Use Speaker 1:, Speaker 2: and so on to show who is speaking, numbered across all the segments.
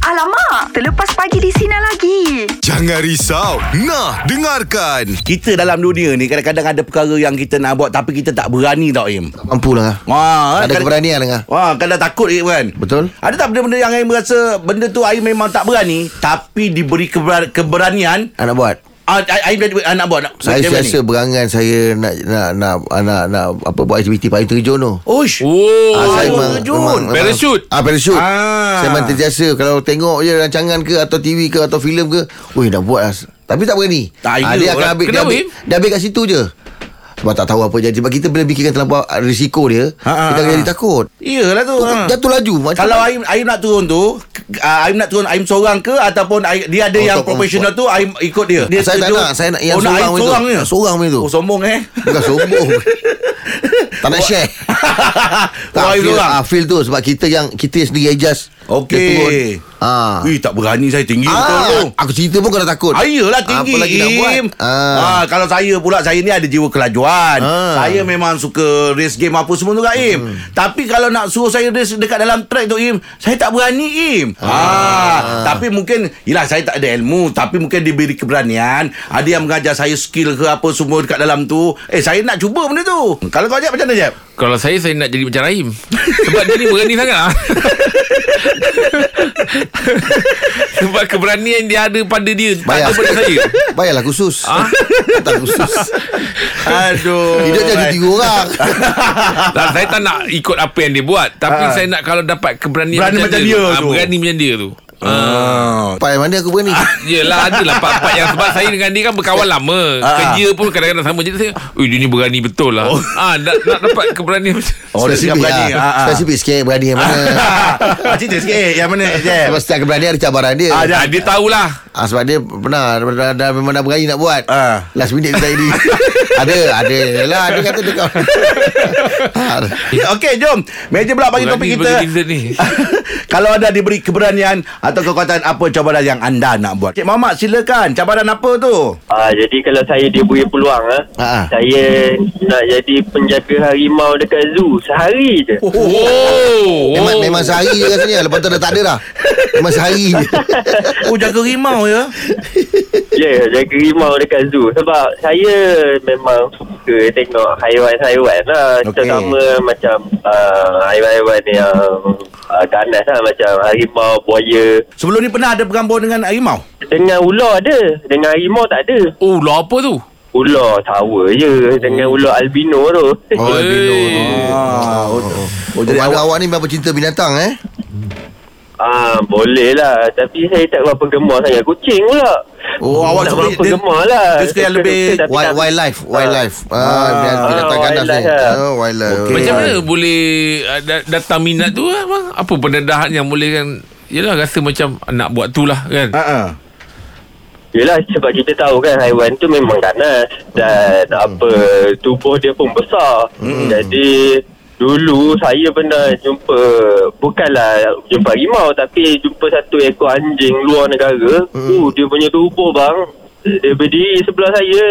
Speaker 1: Alamak, terlepas pagi di sini lagi.
Speaker 2: Jangan risau. Nah, dengarkan.
Speaker 3: Kita dalam dunia ni kadang-kadang ada perkara yang kita nak buat tapi kita tak berani tau Im.
Speaker 4: Tak mampu lah
Speaker 3: Wah,
Speaker 4: Tak ada
Speaker 3: kadang-
Speaker 4: keberanian lah
Speaker 3: Wah, kadang takut je kan.
Speaker 4: Betul.
Speaker 3: Ada tak benda-benda yang Aim rasa benda tu Aim memang tak berani tapi diberi keber- keberanian
Speaker 4: Anak buat
Speaker 3: Ah, Aim dah ah, nak buat nak,
Speaker 4: Saya
Speaker 3: macam
Speaker 4: biasa
Speaker 3: ni?
Speaker 4: berangan Saya nak Nak Nak Nak, nak apa Buat aktiviti Payung terjun tu
Speaker 3: Oish.
Speaker 5: Oh.
Speaker 4: Ah, saya
Speaker 3: payung
Speaker 4: memang,
Speaker 3: terjun.
Speaker 4: memang- memang-
Speaker 5: Parachute.
Speaker 4: Ah, parachute.
Speaker 3: Ah.
Speaker 4: Saya memang terbiasa kalau tengok je rancangan ke atau TV ke atau filem ke, weh dah buat lah. Tapi tak berani.
Speaker 3: Tak ada
Speaker 4: Ah, dia akan
Speaker 3: orang-
Speaker 4: habis, dia
Speaker 5: Kenapa,
Speaker 4: habis,
Speaker 5: Im?
Speaker 4: dia habis kat situ je. Sebab tak tahu apa jadi Sebab kita bila fikirkan terlampau ah, Risiko dia
Speaker 3: Ha, ha,
Speaker 4: Kita akan
Speaker 3: ha.
Speaker 4: jadi takut
Speaker 3: Iyalah tu.
Speaker 4: Jatuh,
Speaker 3: ha.
Speaker 4: jatuh laju macam
Speaker 3: Kalau Aim Aim nak turun tu, uh, Aim nak turun Aim seorang ke ataupun Aim, dia ada
Speaker 4: Oh,
Speaker 3: yang
Speaker 4: tak-
Speaker 3: profesional tu Aim ikut dia. dia
Speaker 4: Saya tak
Speaker 3: setuju-
Speaker 4: nak Saya nak yang
Speaker 3: oh, nak Aim
Speaker 4: seorang
Speaker 3: seorang
Speaker 4: punya
Speaker 3: je.
Speaker 4: tu Seorang punya tu
Speaker 3: Oh sombong eh.
Speaker 4: Bukan sombong Tak nak share
Speaker 3: oh,
Speaker 4: Tak
Speaker 3: Aim
Speaker 4: feel,
Speaker 3: seorang.
Speaker 4: ah, feel tu Sebab kita yang Kita sendiri adjust
Speaker 3: Okey.
Speaker 4: Dia turun ah.
Speaker 3: Ui, tak berani saya tinggi betul tu.
Speaker 4: ah, Aku cerita pun kau dah takut
Speaker 3: Ah, Iyalah tinggi
Speaker 4: Apa lagi nak buat
Speaker 3: Im.
Speaker 4: ah.
Speaker 3: Ah, Kalau saya pula Saya ni ada jiwa kelajuan
Speaker 4: Ah. Hmm.
Speaker 3: Saya memang suka Race game apa semua tu Kak Im Tapi kalau nak suruh saya race Dekat dalam track tu Im Saya tak berani Im ah. Tapi mungkin Yelah saya tak ada ilmu Tapi mungkin diberi keberanian Ada yang mengajar saya skill ke apa semua Dekat dalam tu Eh saya nak cuba benda tu Kalau kau Jeb macam mana Jeb?
Speaker 5: Kalau saya Saya nak jadi macam Rahim Sebab dia ni berani sangat lah. Sebab keberanian dia ada pada dia Tak ada
Speaker 4: Bayar.
Speaker 5: pada saya
Speaker 4: Bayarlah khusus
Speaker 5: Ah?
Speaker 4: Tak khusus
Speaker 3: Aduh
Speaker 4: Hidup jadi tiga orang
Speaker 5: Dan Lah, saya tak nak ikut apa yang dia buat Tapi saya nak kalau dapat keberanian
Speaker 3: Ah. Berani macam dia
Speaker 5: Ah,
Speaker 3: tu.
Speaker 5: Berani macam dia tu
Speaker 3: Ah.
Speaker 4: Pada mana aku berani
Speaker 5: Yelah adalah part-part yang sebab saya dengan dia kan berkawan lama.
Speaker 3: Ah.
Speaker 5: Kerja pun kadang-kadang sama. Jadi saya, "Ui, dia ni berani betul lah." Ah, nak, nak dapat keberanian macam
Speaker 3: Oh dia cakap
Speaker 4: Spesifik
Speaker 3: berani
Speaker 4: lah.
Speaker 3: Ah, ah.
Speaker 4: Spesifik sikit berani yang mana
Speaker 3: Ah, Cerita sikit Yang mana Jeb?
Speaker 4: Sebab setiap keberanian ada cabaran dia
Speaker 3: Ah,
Speaker 5: Ah, dia tahulah.
Speaker 4: Ah, sebab dia pernah dah, dah, dah, memang dah berani nak buat.
Speaker 3: Ah.
Speaker 4: Last minute dia tak jadi. ada, ada lah dia kata dekat. ah,
Speaker 3: Okey, jom. Meja pula bagi topik
Speaker 5: Berani
Speaker 3: kita.
Speaker 5: bagi kita ni.
Speaker 3: Kalau anda diberi keberanian atau kekuatan apa cabaran yang anda nak buat? Cik Mamat silakan. Cabaran apa tu?
Speaker 6: Ah, jadi kalau saya diberi peluang ah,
Speaker 4: Ah.
Speaker 6: saya nak jadi penjaga harimau dekat zoo sehari je.
Speaker 5: Oh. oh.
Speaker 4: memang, memang sehari je rasanya. Lepas tu dah tak ada dah. Memang sehari je.
Speaker 3: Oh, jaga rimau ya.
Speaker 6: Ya, yeah, jaga harimau dekat zoo sebab saya memang suka tengok haiwan-haiwan lah.
Speaker 4: Okey.
Speaker 6: Terutama macam ah, haiwan-haiwan yang ah, ganas lah macam harimau, buaya.
Speaker 3: Sebelum ni pernah ada bergambung dengan rimau?
Speaker 6: Dengan ular ada, dengan harimau tak ada.
Speaker 5: Oh, lah apa tu?
Speaker 6: Ular sawa je dengan ular albino tu.
Speaker 4: Oh,
Speaker 5: Eh.
Speaker 4: albino.
Speaker 3: Ah, oh, oh,
Speaker 4: Oh, jadi awak, awak ni berapa cinta binatang eh?
Speaker 6: ah, boleh lah tapi saya tak berapa gemar sangat. Kucing pula.
Speaker 3: oh, awak
Speaker 6: tak
Speaker 3: suka
Speaker 6: berapa
Speaker 3: dia,
Speaker 6: gemar lah.
Speaker 3: dia suka yang lebih
Speaker 6: Suka-suka tapi
Speaker 4: Wild,
Speaker 6: tak-
Speaker 4: wildlife, wildlife. Ah, binatang, binatang
Speaker 6: Ah,
Speaker 4: ganas ni.
Speaker 6: wildlife lah.
Speaker 4: Oh, wildlife.
Speaker 3: Okey.
Speaker 5: Macam mana boleh ah, da- datang minat tu ah, bang? Apa pendedahan yang boleh kan Yelah rasa macam nak buat tu lah kan
Speaker 3: Ah, ah.
Speaker 6: Yelah sebab kita tahu kan haiwan tu memang ganas dan
Speaker 3: Hmm.
Speaker 6: apa tubuh dia pun besar. Jadi dulu saya pernah jumpa bukanlah jumpa rimau tapi jumpa satu ekor anjing luar negara.
Speaker 3: Hmm.
Speaker 6: Uh, dia punya tubuh bang dia berdiri sebelah saya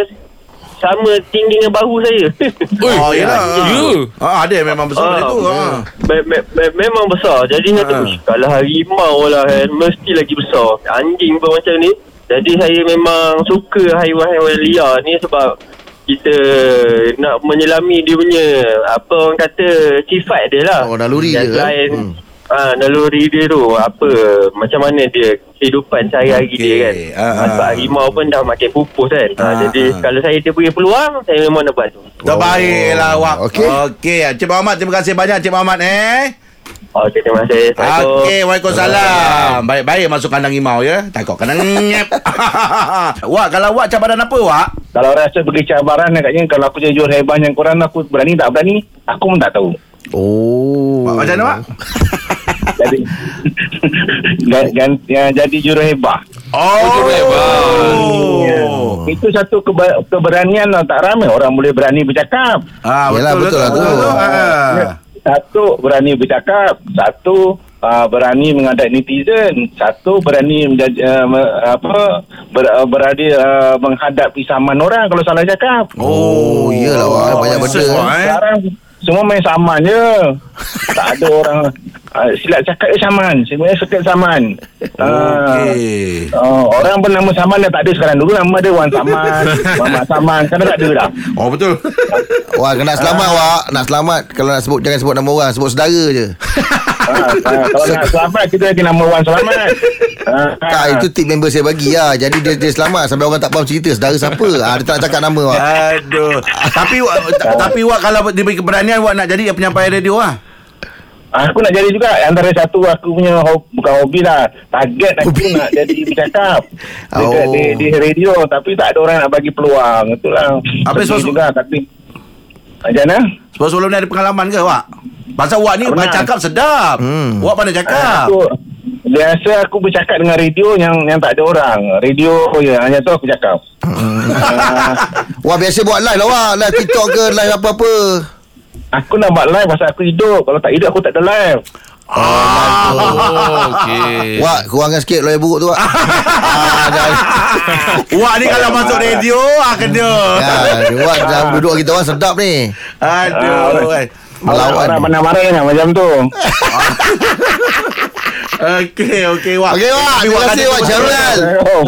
Speaker 6: sama tinggi dengan bahu saya.
Speaker 5: Oi,
Speaker 3: Oh, yelah.
Speaker 5: Ya
Speaker 3: Ah, ada yang memang besar dia tu. Ah.
Speaker 6: Me- me- me- memang besar. Jadi saya
Speaker 3: Ah.
Speaker 6: ha. kalau harimau lah kan, mesti lagi besar. Anjing pun macam ni. Jadi saya memang suka haiwan-haiwan liar ni sebab kita nak menyelami dia punya apa orang kata sifat dia lah.
Speaker 4: Oh, naluri
Speaker 3: eh?
Speaker 6: Dan
Speaker 4: dia, kan?
Speaker 6: Selain,
Speaker 4: Hmm.
Speaker 6: Ah, naluri dia tu apa macam mana dia kehidupan sehari-hari
Speaker 3: Okey.
Speaker 6: dia kan.
Speaker 3: Ah,
Speaker 6: Ah,
Speaker 3: ah.
Speaker 6: sebab harimau pun dah makin pupus kan. Ah,
Speaker 3: Ah,
Speaker 6: jadi
Speaker 3: ah.
Speaker 6: kalau saya dia beri peluang, saya memang nak buat tu.
Speaker 3: Terbaiklah awak.
Speaker 4: Okey.
Speaker 3: Okey, Cik Mamat terima kasih banyak Cik Mamat eh.
Speaker 6: Okey, Ah, terima kasih. Assalamualaikum.
Speaker 3: Okey, Waalaikumsalam. Baik-baik masuk kandang imau ya. Takut kena nyep. Wak, kalau Wak cabaran apa Wak?
Speaker 7: Kalau rasa bagi cabaran agaknya kalau aku jadi juara hebat yang korang aku berani tak berani aku pun tak tahu.
Speaker 4: Oh.
Speaker 3: Wak macam mana Wak?
Speaker 7: Jadi gan- gan- yang jadi juara hebat. Ya.
Speaker 3: Oh,
Speaker 7: Itu satu keba- keberanian lah tak ramai orang boleh berani bercakap. Ya.
Speaker 3: Ah,
Speaker 4: Yelah, betul lah tu.
Speaker 3: Ah.
Speaker 7: Satu berani bercakap, satu uh, berani menghadap netizen, satu berani menjadi, uh, me- apa ber, uh, berada uh, menghadap isaman orang kalau salah cakap.
Speaker 4: Oh, iyalah, Wak. Banyak benda.
Speaker 3: research, Wak, eh.
Speaker 7: Sekarang semua main saman je. tak ada orang uh, silap cakap dia Saman. Sebenarnya sekat Saman. Ah,
Speaker 3: Okey.
Speaker 7: Oh, orang bernama Saman dah tak ada sekarang. Dulu nama dia Wan Saman, Muhammad Saman. Sekarang tak ada dah.
Speaker 3: Oh betul.
Speaker 4: Wah, kena selamat wak. Nak selamat kalau nak sebut jangan sebut nama orang, sebut saudara je.
Speaker 7: Ha, ha, kalau nak selamat, kita lagi nama Wan Selamat. Ha, ha.
Speaker 4: Tak, itu tip member saya bagi lah. Jadi dia dia selamat sampai orang tak faham cerita saudara siapa. Ah, dia tak nak cakap nama wak.
Speaker 3: Aduh. tapi wak, ta- tapi wak kalau diberi keberanian wak nak jadi penyampai radio ah.
Speaker 7: Aku nak jadi juga Antara satu aku punya hob, Bukan hobi lah Target aku
Speaker 4: Hobi.
Speaker 7: nak jadi bercakap Dekat
Speaker 4: Oh.
Speaker 7: di, di radio Tapi tak ada orang nak bagi peluang Itulah
Speaker 3: Apa
Speaker 7: Sedih
Speaker 3: suas-
Speaker 7: juga Tapi Macam mana?
Speaker 3: Sebab sebelum ni ada pengalaman ke wak? Pasal wak ni
Speaker 7: Pernah.
Speaker 3: bercakap sedap.
Speaker 4: Hmm.
Speaker 3: Wak pandai cakap.
Speaker 7: Ah, Aku Biasa aku bercakap dengan radio Yang yang tak ada orang Radio oh ya, Hanya tu aku cakap Ah,
Speaker 4: Wah, biasa buat live lah wak. Live TikTok ke, live apa-apa.
Speaker 7: Aku nak buat live Pasal aku hidup Kalau tak hidup aku tak ada live
Speaker 5: Oh, okey.
Speaker 4: Wak, kurangkan sikit lawyer buruk tu wak. ah, dah.
Speaker 3: Wak ni kalau masuk radio ah kena.
Speaker 4: Ya, wak dah duduk kita orang sedap ni.
Speaker 3: Aduh. eh.
Speaker 4: Melawan.
Speaker 7: Orang marah-marah kan Macam tu
Speaker 3: Okey, okey wak.
Speaker 4: Okey wak,
Speaker 3: Tapi
Speaker 4: terima kasih
Speaker 3: kata-
Speaker 4: wak Jarul.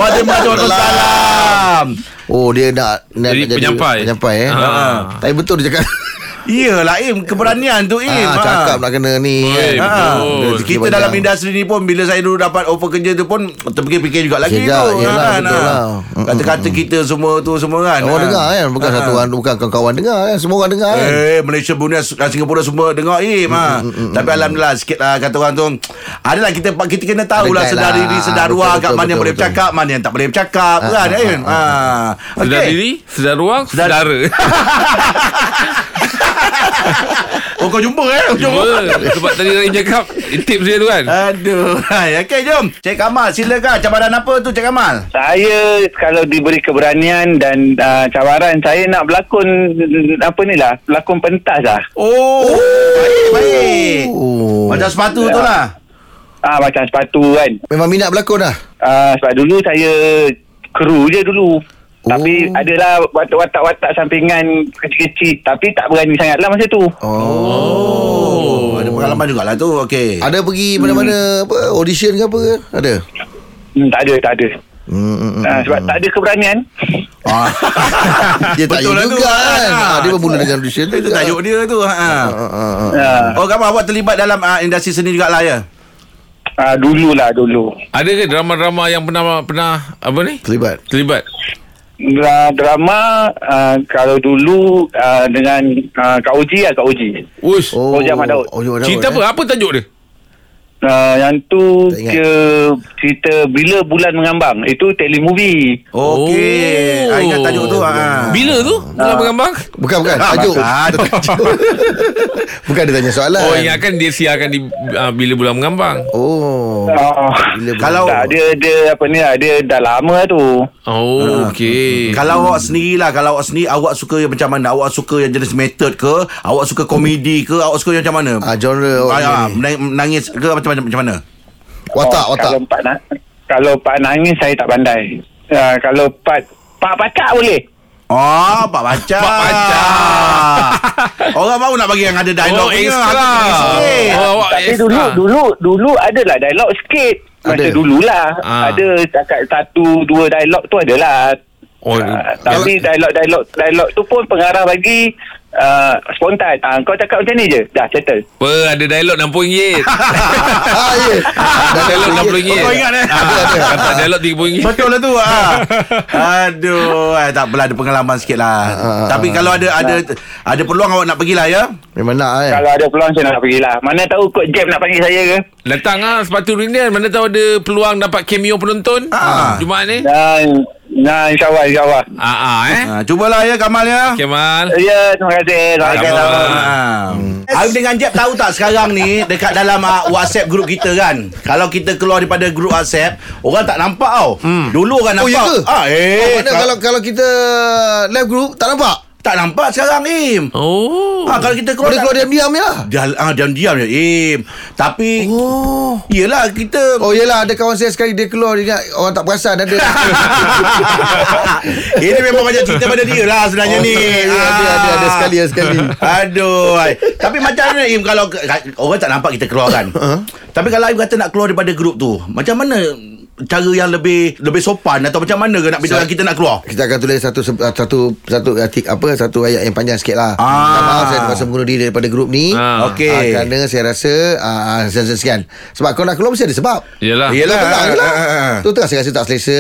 Speaker 3: Wak terima kasih Waalaikumsalam.
Speaker 4: Oh, dia nak nak
Speaker 5: Jadi penyampai.
Speaker 4: Penyampai eh.
Speaker 5: Ha.
Speaker 3: Ah.
Speaker 4: Tapi betul dia cakap.
Speaker 3: Iyalah Im, keberanian tu Im.
Speaker 4: Ah,
Speaker 3: ah.
Speaker 4: cakap nak kena ni. kan.
Speaker 5: Oi,
Speaker 3: Ha,
Speaker 5: Betul.
Speaker 4: Rezeki
Speaker 3: kita
Speaker 4: panjang.
Speaker 3: dalam industri ni pun bila saya dulu dapat offer kerja tu pun terfikir-fikir juga lagi
Speaker 4: Sekejap,
Speaker 3: tu. kan,
Speaker 4: yelah, betul
Speaker 3: ha.
Speaker 4: lah. Mm,
Speaker 3: Kata-kata kita semua tu semua kan. ha.
Speaker 4: Orang dengar kan Bukan satu orang Bukan kawan-kawan dengar kan Semua orang dengar kan
Speaker 3: Eh, Malaysia, Brunei, dan Singapura semua dengar Im. ha. Tapi alhamdulillah sikit lah kata orang tu. Adalah kita kita kena tahulah
Speaker 4: Dekat
Speaker 3: sedar
Speaker 4: lah.
Speaker 3: diri, sedar
Speaker 4: Betul,
Speaker 3: ruang kat
Speaker 4: betul,
Speaker 3: mana yang
Speaker 4: betul,
Speaker 3: boleh
Speaker 4: betul. Ah,
Speaker 3: bercakap, mana yang tak boleh bercakap kan Im. Ha.
Speaker 5: Sedar
Speaker 3: Okey.
Speaker 5: diri, sedar ruang,
Speaker 3: Sedar-
Speaker 5: sedara.
Speaker 3: Oh kau jumpa eh? Kau Jumpa.
Speaker 5: Cuba. Sebab tadi Rahim cakap, eh, tips dia tu kan.
Speaker 3: Aduh. Hai, okey jom. Cik Kamal, silakan. Cabaran apa tu Cik Kamal?
Speaker 7: Saya kalau diberi keberanian dan uh, cabaran saya nak berlakon mm, apa ni lah berlakon pentas lah.
Speaker 3: Oh, baik, baik.
Speaker 4: Oh.
Speaker 3: Macam sepatu tu lah.
Speaker 7: Ah macam sepatu kan.
Speaker 4: Memang minat berlakon lah
Speaker 7: Ah sebab dulu saya kru je dulu. Oh. Tapi adalah watak-watak sampingan kecil-kecil tapi tak berani sangatlah masa tu.
Speaker 3: Oh, ada pengalaman jugalah tu. Okey.
Speaker 4: Ada
Speaker 3: Hmm.
Speaker 4: pergi mana-mana apa Audition ke apa ke Ada
Speaker 7: Hmm, tak ada, tak ada.
Speaker 4: Hmm, hmm, hmm.
Speaker 7: Ah, sebab tak ada keberanian.
Speaker 3: Ah.
Speaker 4: Dia tak
Speaker 3: Betul
Speaker 4: juga
Speaker 3: lah tu.
Speaker 4: kan
Speaker 3: Ah.
Speaker 4: Ah, Dia bermula dengan audition tu
Speaker 3: Itu
Speaker 4: juga.
Speaker 3: tajuk dia tu. Ha.
Speaker 4: Ah, ah, ah.
Speaker 7: Ah,
Speaker 3: Oh, Kamal awak terlibat dalam uh, industri seni jugalah ya?
Speaker 7: ah dululah dulu.
Speaker 5: Ada ke drama-drama yang pernah pernah apa ni?
Speaker 4: Terlibat
Speaker 5: Terlibat.
Speaker 7: Dra- drama ah, kalau dulu ah, dengan ah, Kak Uji lah Kak Uji.
Speaker 5: Ush.
Speaker 7: Oh, Jamal Daud.
Speaker 4: Oh Jamal Daud
Speaker 5: Cerita
Speaker 4: eh.
Speaker 5: apa? Apa tajuk dia?
Speaker 7: Uh, yang tu
Speaker 4: Tak ingat.
Speaker 7: dia cerita bila bulan mengambang itu telemovie.
Speaker 3: Okey.
Speaker 5: Oh.
Speaker 3: Ah, ingat tajuk tu. Ha.
Speaker 5: Bila tu? Dalam pengambang?
Speaker 4: Bukan bukan
Speaker 3: Ah,
Speaker 4: Tajuk
Speaker 3: makan.
Speaker 4: Bukan dia tanya soalan
Speaker 5: Oh, ingatkan dia siarkan di ah, bila bulan mengambang.
Speaker 4: Oh
Speaker 7: Oh.
Speaker 4: Bila bulan-
Speaker 3: Kalau
Speaker 7: Tak dia dia apa ni lah, dia dah lama tu.
Speaker 5: Oh,
Speaker 3: Ah,
Speaker 5: okey.
Speaker 3: kalau awak sendirilah kalau awak sendiri awak suka yang macam mana? Awak suka yang jenis method ke? Awak suka komedi ke? Awak suka yang macam mana?
Speaker 4: Ah, genre awak
Speaker 3: Ah, ah,
Speaker 4: sendiri.
Speaker 3: menang- menangis ke macam macam macam mana?
Speaker 4: Watak
Speaker 7: Oh,
Speaker 4: watak
Speaker 7: Kalau part na- kalau part nangis saya tak pandai. Uh, kalau part part pakak boleh.
Speaker 3: Oh, Pak Baca.
Speaker 5: Pak Baca.
Speaker 3: Orang baru nak bagi yang ada dialog
Speaker 5: Oh, extra. Oh, awak
Speaker 7: Tapi
Speaker 5: extra.
Speaker 7: dulu dulu dulu adalah dialog sikit. Masa
Speaker 4: Ada.
Speaker 7: dululah
Speaker 5: Ah.
Speaker 7: ada cakap satu dua dialog tu adalah.
Speaker 5: Oh,
Speaker 7: Ah, tapi dialog-dialog dialog tu pun pengarah bagi uh, spontan. Ah, kau cakap macam ni je. Dah settle.
Speaker 5: Apa ada dialog RM60
Speaker 4: Ah ya
Speaker 5: Ada dialog RM60
Speaker 3: Oh, kau ingat, eh?
Speaker 5: Ada ada Kata Ah, dialog RM30
Speaker 3: Betul lah tu ha. Aduh eh, Tak apalah ada pengalaman sikit lah
Speaker 4: ah,
Speaker 3: Tapi
Speaker 4: ah.
Speaker 3: kalau ada Ada ada peluang awak nak pergilah ya
Speaker 4: Memang nak eh
Speaker 7: Kalau ada peluang saya nak pergilah. Mana tahu kot Jeb nak panggil saya ke?
Speaker 5: Datang lah sepatu rindian Mana tahu ada peluang dapat cameo penonton
Speaker 3: Ah.
Speaker 5: Jumaat ni
Speaker 7: Dan nah, insyaAllah, insyaAllah.
Speaker 5: Ah ah eh
Speaker 3: ha, Cubalah ya Kamal ya
Speaker 5: Kemal
Speaker 7: Ya, terima kasih. Assalamualaikum.
Speaker 5: Sama-sama.
Speaker 3: Ha.
Speaker 4: Hmm.
Speaker 3: Arif dengan Jeb tahu tak sekarang ni Dekat dalam uh, WhatsApp grup kita kan Kalau kita keluar daripada grup WhatsApp Orang tak nampak tau hmm. Dulu orang nampak
Speaker 4: Oh ya ke
Speaker 3: Ah,
Speaker 4: oh,
Speaker 3: eh,
Speaker 4: mana
Speaker 3: tak-
Speaker 4: kalau kalau kita Live group Tak nampak
Speaker 3: Tak nampak sekarang Im
Speaker 5: Oh.
Speaker 3: ha, Kalau kita keluar
Speaker 4: Boleh keluar
Speaker 3: tak-
Speaker 4: diam-diam je lah
Speaker 3: dia, ah, diam-diam je Im Tapi
Speaker 4: Oh
Speaker 3: Yelah kita
Speaker 4: Oh yelah ada kawan saya sekali Dia keluar dia ingat Orang tak perasan ada
Speaker 3: Ini memang banyak cerita pada dia lah sebenarnya
Speaker 4: Oh,
Speaker 3: ni. Ah.
Speaker 4: ada, ada, ada, ada sekali, ada sekali.
Speaker 3: Aduh. ai. Tapi macam mana Im kalau ke- orang tak nampak kita keluar kan.
Speaker 4: Uh-huh.
Speaker 3: Tapi kalau Im kata nak keluar daripada grup tu, macam mana cara yang lebih lebih sopan atau macam mana ke nak bedakan kita nak keluar?
Speaker 4: Kita akan tulis satu se- satu satu artik apa satu ayat yang panjang sikit lah.
Speaker 3: Ah.
Speaker 4: Minta maaf saya terpaksa bunuh diri daripada grup ni.
Speaker 5: Ah.
Speaker 3: Okey.
Speaker 4: Ah, kerana saya rasa ah, ah, sekian, sekian. Sebab kau nak keluar mesti ada sebab.
Speaker 5: Yelah.
Speaker 3: Yelah.
Speaker 4: Betul tak? Yelah.
Speaker 3: Ah, ah, ah.
Speaker 4: Tu tengah saya rasa tak selesa.